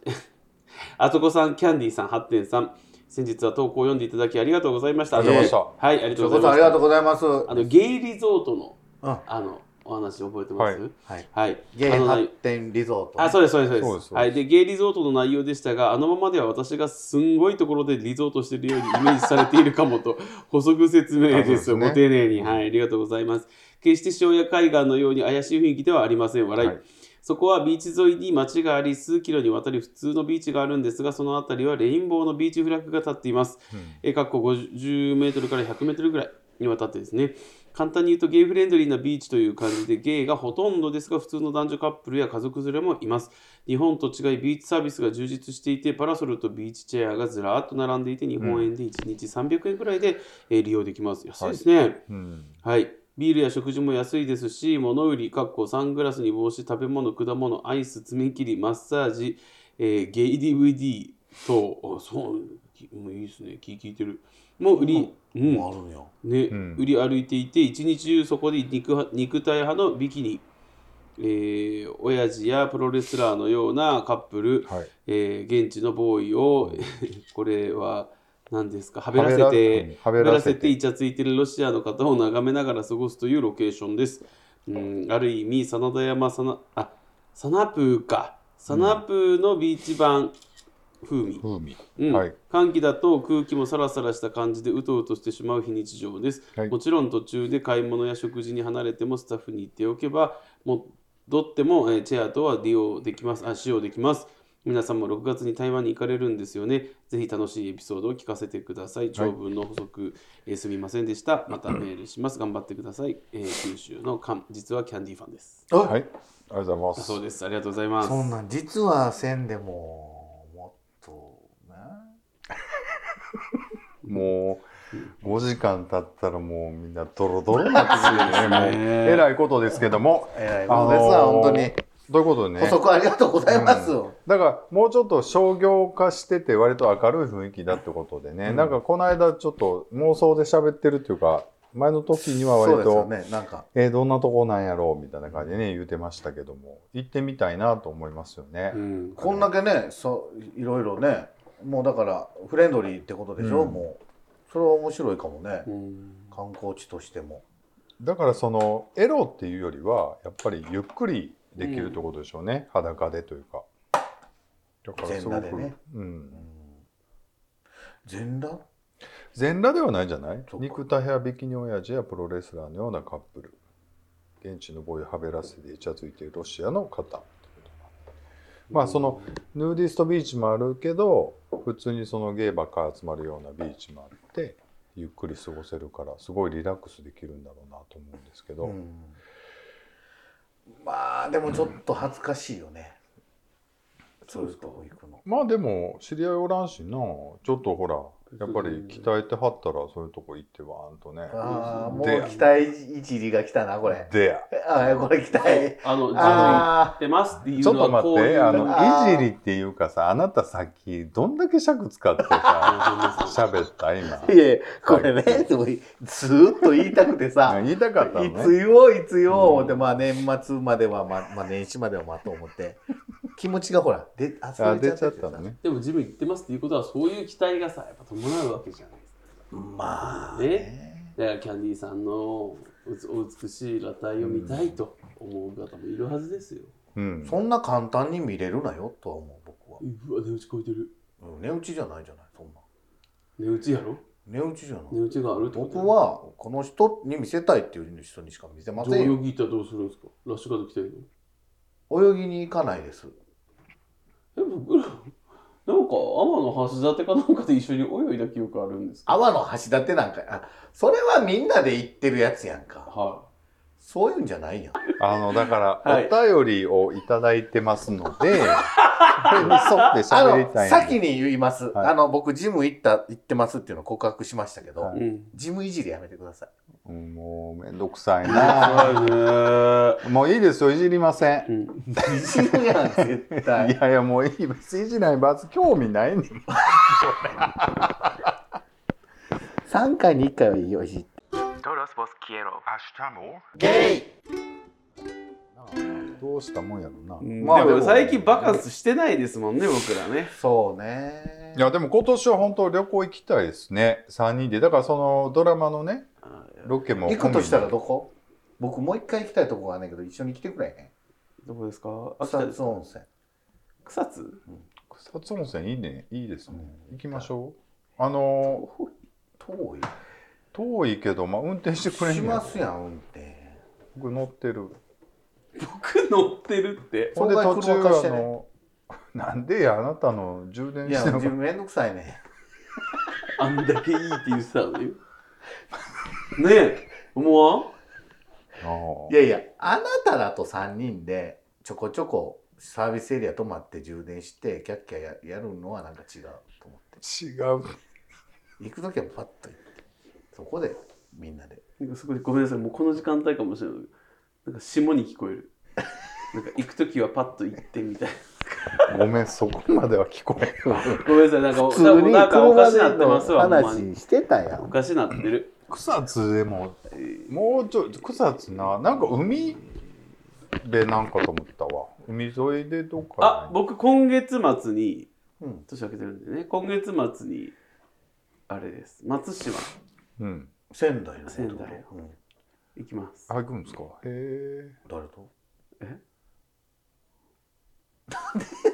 Speaker 1: あそこさんキャンディーさん8点3先日は投稿を読んでいただきありがとうございました
Speaker 2: ありがとうございま
Speaker 1: したはいありが
Speaker 3: ち
Speaker 1: と
Speaker 3: ょ
Speaker 1: う
Speaker 3: っ
Speaker 1: ご
Speaker 3: と
Speaker 1: ざいました
Speaker 3: さんありがとうございます
Speaker 1: あのゲイリゾートの
Speaker 3: うん
Speaker 1: あのお話覚えてます、
Speaker 2: は
Speaker 3: はい
Speaker 1: はい。
Speaker 3: ゲイ
Speaker 1: あの
Speaker 3: 発展リゾート
Speaker 1: あ、そうです、そうです、そうです。
Speaker 2: そうです
Speaker 1: はい。で、ゲイリゾートの内容でしたが、あのままでは私がすんごいところでリゾートしているようにイメージされているかもと、 補足説明で
Speaker 2: あ
Speaker 1: す。
Speaker 2: そうですね
Speaker 1: ご丁寧に。はい。ありがとうございます。決して塩屋海岸のように怪しい雰囲気ではありません。笑い。
Speaker 2: はい
Speaker 1: そこはビーチ沿いに町があり、数キロにわたり普通のビーチがあるんですが、その辺りはレインボーのビーチフラッグが立っています。えー、かっこ50メートルから100メートルぐらいにわたってですね。簡単に言うとゲイフレンドリーなビーチという感じでゲイがほとんどですが普通の男女カップルや家族連れもいます。日本と違いビーチサービスが充実していてパラソルとビーチチェアがずらっと並んでいて日本円で1日300円くらいで、えー利用できます。安いですね。
Speaker 2: うん
Speaker 1: はい。ビールや食事も安いですし、物売り、かっこサングラスに帽子、食べ物、果物、アイス、爪切り、マッサージ、えーゲイ DVD と、あそう、きもういいですね、気聞いてる。もう売り、うん、
Speaker 3: もうあるんよ
Speaker 1: ね、
Speaker 2: うん
Speaker 1: 売り歩いていて、一日中そこで肉は肉体派のビキニ、えー、親父やプロレスラーのようなカップル、
Speaker 2: はい
Speaker 1: えー現地のボーイを、 これは何ですか、はべ
Speaker 2: は
Speaker 1: らせて、
Speaker 2: はべ
Speaker 1: 食べ
Speaker 2: ら
Speaker 1: ら
Speaker 2: せ
Speaker 1: せて
Speaker 2: て
Speaker 1: イチャついてるロシアの方を眺めながら過ごすというロケーションです。うん、ある意味、真田山サナ、あ、サナプーか。サナプーのビーチ版風味。
Speaker 2: 風味
Speaker 1: うん
Speaker 2: はい
Speaker 1: 寒気だと空気もサラサラした感じでうとうとしてしまう非日常です、
Speaker 2: はい
Speaker 1: もちろん途中で買い物や食事に離れてもスタッフに言っておけば戻っても、えーチェアとは利用できますあ使用できます皆さんも6月に台湾に行かれるんですよねぜひ楽しいエピソードを聞かせてください長文の補足、えーすみませんでしたまたメールします頑張ってください、えー九州のカン実はキャンディーファンです
Speaker 3: あ
Speaker 2: はいありがとうございます
Speaker 1: そうですありがとうございます
Speaker 3: そんなん実はせんでももっとね
Speaker 2: もう5時間経ったらもうみんなドロドロになってくるよねもう
Speaker 1: ね
Speaker 2: えらいことですけども
Speaker 3: えらいことですわ、
Speaker 2: あのー
Speaker 3: 本当に
Speaker 2: ということで
Speaker 3: 補
Speaker 2: ね
Speaker 3: 足ありがとうございます、
Speaker 2: うだからもうちょっと商業化してて割と明るい雰囲気だってことでね、
Speaker 3: うん
Speaker 2: なんかこの間ちょっと妄想で喋ってるっていうか前の時には
Speaker 3: そ
Speaker 2: 割
Speaker 3: うですよ
Speaker 2: と、
Speaker 3: ねなんか
Speaker 2: えーどんなとこなんやろうみたいな感じでね言うてましたけども行ってみたいなと思いますよね
Speaker 1: う。ん
Speaker 3: こんだけねそういろいろねもうだからフレンドリーってことでしょ、
Speaker 2: うん
Speaker 3: もうそれは面白いかもね
Speaker 1: うん
Speaker 3: 観光地としても
Speaker 2: だからそのエロっていうよりはやっぱりゆっくりできるってことでしょうね、裸でというかだからすご
Speaker 3: 全
Speaker 2: く
Speaker 3: 裸でね
Speaker 2: うん
Speaker 3: 全裸
Speaker 2: 全裸ではないんじゃない
Speaker 3: そうか
Speaker 2: 肉体派ビキニ親父やプロレスラーのようなカップル現地のボーイをはべらせてイチャついているロシアの方まあそのヌーディストビーチもあるけど普通にそのゲイばっかり集まるようなビーチもあってゆっくり過ごせるからすごいリラックスできるんだろうなと思うんですけど、
Speaker 3: うんまあでもちょっと恥ずかしいよね、そういうとこ行くの
Speaker 2: まあでも知り合いおらんしなちょっとほらやっぱり鍛えてはったらそういうとこ行ってわーんとね
Speaker 3: ああもう
Speaker 2: で
Speaker 3: 期待いじりが来たなこれ
Speaker 2: で
Speaker 3: ああこれ期待
Speaker 1: あの、ジム行
Speaker 3: あ
Speaker 1: ってますっていう
Speaker 2: ちょっ
Speaker 1: の
Speaker 2: と
Speaker 1: は
Speaker 2: 待
Speaker 1: こう
Speaker 2: っ
Speaker 1: い
Speaker 2: て、
Speaker 1: う
Speaker 2: あ
Speaker 1: の
Speaker 3: あ
Speaker 2: の、いじりっていうかさ、あなたさっき、どんだけ尺使ってさ、喋った今。
Speaker 3: あいえこれねでもずーっと言いたくてさ
Speaker 2: 言いたかったの
Speaker 3: いつ
Speaker 2: ね。
Speaker 3: 言おういつ言おう思って、まあ年末まではまあ、まあ、年始までは待とう思って気持ちがほらで
Speaker 2: あ、
Speaker 3: 溢れ
Speaker 2: 出
Speaker 3: ち
Speaker 2: ちゃ
Speaker 3: ゃっ
Speaker 2: ってた
Speaker 3: さ
Speaker 2: のね。
Speaker 1: でもジム行ってますっていうことはそういう期待がさやっぱ伴うわけじゃないですか
Speaker 3: まあ
Speaker 1: だからキャンディーさんのおお美しい裸体を見たいと思う方もいるはずですよ。
Speaker 2: うん。
Speaker 3: そんな簡単に見れるなよとは思う僕は
Speaker 1: うわ値打ち超えてる。
Speaker 3: うん値打ちじゃないじゃないそんな
Speaker 1: 値打ちやろ
Speaker 3: 値打ちじゃない
Speaker 1: 値打ちがあるってこと
Speaker 3: 僕はこの人に見せたいっていう人にしか見せま
Speaker 1: どう
Speaker 3: せん
Speaker 1: 泳
Speaker 3: よ
Speaker 1: ぎ行ったらどうするんですかラッシュカード来たいの
Speaker 3: 泳ぎに行かないです
Speaker 1: え僕らなんか天の橋立てかなんかで一緒に泳いだ記憶あるんですけ
Speaker 3: 阿波の橋立てなんかあそれはみんなで行ってるやつやん
Speaker 1: ど
Speaker 3: か
Speaker 1: は
Speaker 3: そういうんじゃないやん
Speaker 2: あの、だか
Speaker 1: はい。
Speaker 2: ら、お便りをいただいてますので、それに沿って
Speaker 3: あ
Speaker 2: 喋りた
Speaker 3: の
Speaker 2: い。
Speaker 3: 先。に言います、
Speaker 2: はい
Speaker 3: あの僕ジム行った行ってますっていうのを告白しましたけど、
Speaker 2: はい
Speaker 1: うん。
Speaker 3: ジムいじりやめてください
Speaker 2: うんもう、めんどくさいな。
Speaker 1: は
Speaker 2: もういいですよ、いじりません。
Speaker 1: いね。うん。
Speaker 3: いじるやん絶
Speaker 2: い
Speaker 3: 対
Speaker 2: やいや、もういい。別にいじない、罰興味ないねん。
Speaker 3: 3回に1回はいいよいじって
Speaker 5: Todos vos quiero.
Speaker 3: ゲイ
Speaker 2: どうしたもんやろな。
Speaker 3: まあ
Speaker 1: でも
Speaker 3: でも
Speaker 1: 最近バカンスしてないですもんね僕らね。
Speaker 3: そうね
Speaker 2: いやでも今年は本当旅行行きたいですね3人でだからそのドラマのね
Speaker 1: あー
Speaker 2: ロケも
Speaker 3: 行くとしたら
Speaker 2: 込
Speaker 3: どこ僕もう一回行きたいとこがあんねんけど一緒に来てくれへん
Speaker 1: どこですか秋
Speaker 3: 草
Speaker 1: 田です
Speaker 3: 津
Speaker 1: か
Speaker 3: 温泉
Speaker 1: 草津
Speaker 2: み草津温泉いいねいいですね行きましょうあの
Speaker 3: 遠い
Speaker 2: ー遠いけど、まあ、運転してくれん
Speaker 3: し
Speaker 2: ねん
Speaker 3: ますやん運転
Speaker 2: 僕乗ってる
Speaker 1: 僕乗ってるって。
Speaker 2: ほんで
Speaker 3: そん
Speaker 2: 途
Speaker 3: な
Speaker 2: 中
Speaker 3: 車貸し
Speaker 2: あ
Speaker 3: てね
Speaker 2: の なんでやあなたの充電
Speaker 3: い
Speaker 2: し
Speaker 3: や
Speaker 2: て
Speaker 3: 自
Speaker 2: る
Speaker 3: 分めんどくさいね
Speaker 1: あんだけいいって言ってたのに。ねえ、思わん
Speaker 3: いやいやあなたらと3人でちょこちょこサービスエリア泊まって充電してキャッキャややるのはなんか違うと思って
Speaker 2: 違う
Speaker 3: 行く時はパッと行ってそこでみんなで
Speaker 1: なんかすごいごめんなさい、もうこの時間帯かもしれない。なんか霜に聞こえる。なんか行くときはパッと行ってみたい
Speaker 2: ごめんそこまでは聞こえんわ
Speaker 1: な。ごめんなさい、なんか多分なんかおかしなってますわ、ほんまに
Speaker 3: してたや
Speaker 1: おかしなってる。
Speaker 2: 草津でももうちょい草津ななんか海辺なんかと思ったわ海沿いでどっかない
Speaker 1: あ、僕今月末に、
Speaker 3: うん
Speaker 1: 年明けてるんでね、今月末に、あれです、松島
Speaker 2: うん
Speaker 3: 仙台のこと
Speaker 1: 仙台
Speaker 3: うん、
Speaker 1: 行きます。
Speaker 2: あ行くんですかへ
Speaker 3: 誰と
Speaker 1: え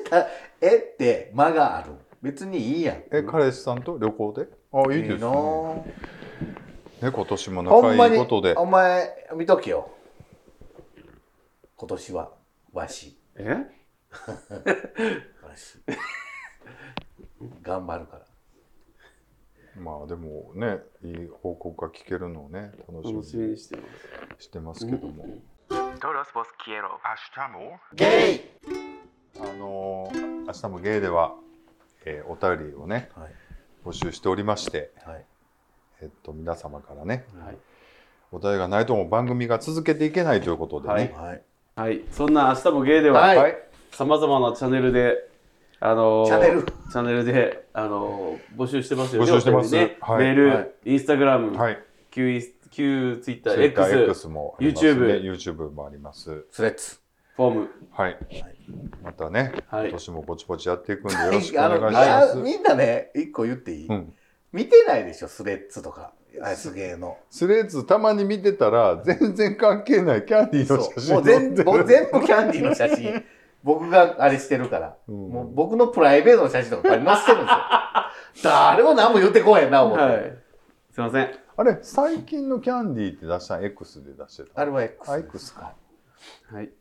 Speaker 3: た えって間がある別にいいやん
Speaker 2: ええ彼氏さんと旅行であいいです
Speaker 3: な
Speaker 2: ね
Speaker 3: あ
Speaker 2: ね今年も
Speaker 3: ほんま
Speaker 2: 仲い
Speaker 3: に
Speaker 2: いことで
Speaker 3: お前見とけよ今年はわし
Speaker 1: え
Speaker 3: わし頑張るから
Speaker 2: まあでもねいい報告が聞けるのをね楽しみ
Speaker 1: 楽
Speaker 2: に
Speaker 1: しみにしてます。
Speaker 2: してますけども、
Speaker 5: Todos vos quiero.
Speaker 3: ゲイ
Speaker 2: あのー明日もゲイでは、えーお便りをね
Speaker 3: はい
Speaker 2: 募集しておりまして
Speaker 3: はい
Speaker 2: えっと皆様からね
Speaker 1: はい
Speaker 2: お便りがないともう番組が続けていけないということでね、
Speaker 1: はい
Speaker 3: はい
Speaker 1: はい、そんな明日もゲイでは、
Speaker 3: はい
Speaker 1: さまざまなチャンネルで、あのー
Speaker 3: チャンネル
Speaker 1: チャンネルで、あのー募集してますよね。
Speaker 2: 募集してま
Speaker 1: お
Speaker 2: す
Speaker 1: 便りね
Speaker 2: はい
Speaker 1: メール、
Speaker 3: はい
Speaker 1: インスタグラム、
Speaker 2: はい
Speaker 1: Q インス、Q ツイッター、
Speaker 2: Twitter
Speaker 1: X、
Speaker 2: X もありますね
Speaker 1: YouTube
Speaker 2: YouTube もあります。
Speaker 3: スレッズ
Speaker 1: フォーム。
Speaker 2: はい。またね、
Speaker 1: はい
Speaker 2: 今年もぼちぼちやっていくんでよろしくお
Speaker 3: あ
Speaker 2: 願いし
Speaker 3: の
Speaker 2: ま
Speaker 3: あ
Speaker 2: す。
Speaker 3: みんなね一個言っていい、
Speaker 2: うん
Speaker 3: 見てないでしょスレッズとかアイスゲーの。
Speaker 2: スレッズたまに見てたら全然関係ないキャンディーの
Speaker 3: そ
Speaker 2: 写
Speaker 3: う。
Speaker 2: 真
Speaker 3: もう全
Speaker 2: 載って
Speaker 3: も
Speaker 2: る
Speaker 3: う全部キャンディーの写真。 僕があれしてるから。
Speaker 2: うん
Speaker 3: もう僕のプライベートの写真とかこれ載せてるんです よ。誰も何も言ってこへんな、思って。
Speaker 1: はい。すいません。
Speaker 2: あれ最近のキャンディーって出したん X で出してた
Speaker 3: あれは X
Speaker 2: あ X か
Speaker 1: はい。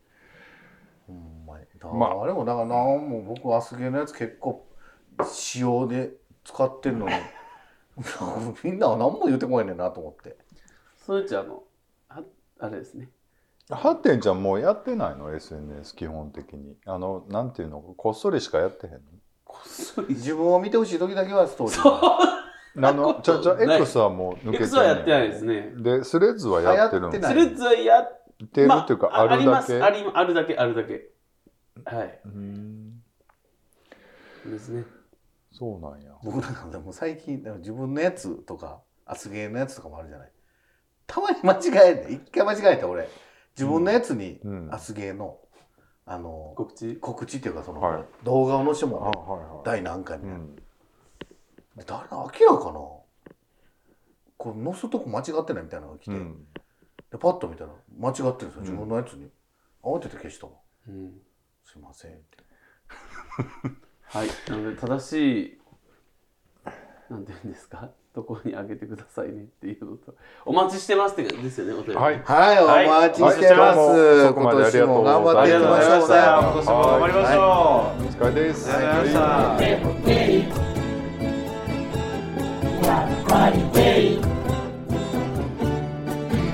Speaker 3: ほんまに。
Speaker 2: まあ
Speaker 3: あ、れもだからなんも僕アスゲーのやつ結構使用で使ってる のにみんなは何も言ってこいねんなと思 って。
Speaker 1: それじゃあの、ああれですね。
Speaker 2: ハッテンちゃんもうやってないの SNS 基本的にあのなんていうのこっそりしかやってへんの
Speaker 1: こっそり。
Speaker 3: 自分を見てほしい時だけはストーリー
Speaker 2: あのちゃちゃ
Speaker 1: ない
Speaker 2: X はもう抜けてんねん
Speaker 1: X はやってないですね。
Speaker 2: でスレッズはやってるん
Speaker 3: 流行って
Speaker 2: で
Speaker 3: ない
Speaker 1: スレッズはやっ
Speaker 2: やってるっていうか、あ、
Speaker 1: あ
Speaker 2: る
Speaker 1: り
Speaker 2: だ
Speaker 1: ま
Speaker 2: け
Speaker 1: すありあるだけ、あるだけ。はい。
Speaker 2: うん
Speaker 1: ですね。
Speaker 2: そうなんや
Speaker 3: 僕なんかでも最近なんか自分のやつとかアスゲーのやつとかもあるじゃない。たまに間違えんねん一回間違えた俺。自分のやつに
Speaker 2: うん
Speaker 3: アスゲーの、あの
Speaker 1: 告知。
Speaker 3: 告知っていうかその、
Speaker 2: はい
Speaker 3: 動画を載せて
Speaker 2: あ
Speaker 3: もらう
Speaker 2: はいはい
Speaker 3: 第何回み
Speaker 2: う
Speaker 3: たいな。
Speaker 2: ん
Speaker 3: で誰だ明らかなこれ載すとこ間違ってないみたいなのが来て、
Speaker 2: うん
Speaker 3: でパッと見たら間違ってるんです
Speaker 2: ん
Speaker 3: よ自分のやつに、慌てて消したわ
Speaker 1: うん。
Speaker 3: すいませんって
Speaker 1: はい。なので、正しい、なんて言うんですか、ところにあげてくださいねっていうのと、お待ちしてますってですよね、お便り。
Speaker 2: はい
Speaker 3: はい
Speaker 1: はい
Speaker 3: お待ちしてます、
Speaker 2: はいどうも遅くまであり
Speaker 3: 今年
Speaker 2: がとう
Speaker 3: も
Speaker 2: ござい
Speaker 3: 頑
Speaker 2: ます
Speaker 3: 張
Speaker 1: ありがとうございました。今年も頑張
Speaker 2: はい
Speaker 3: っていきましょう
Speaker 1: りましょう。
Speaker 2: お疲れです
Speaker 1: ありがとうございました。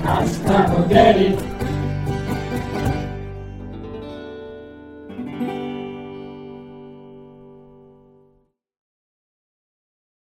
Speaker 6: Hasta Modelli.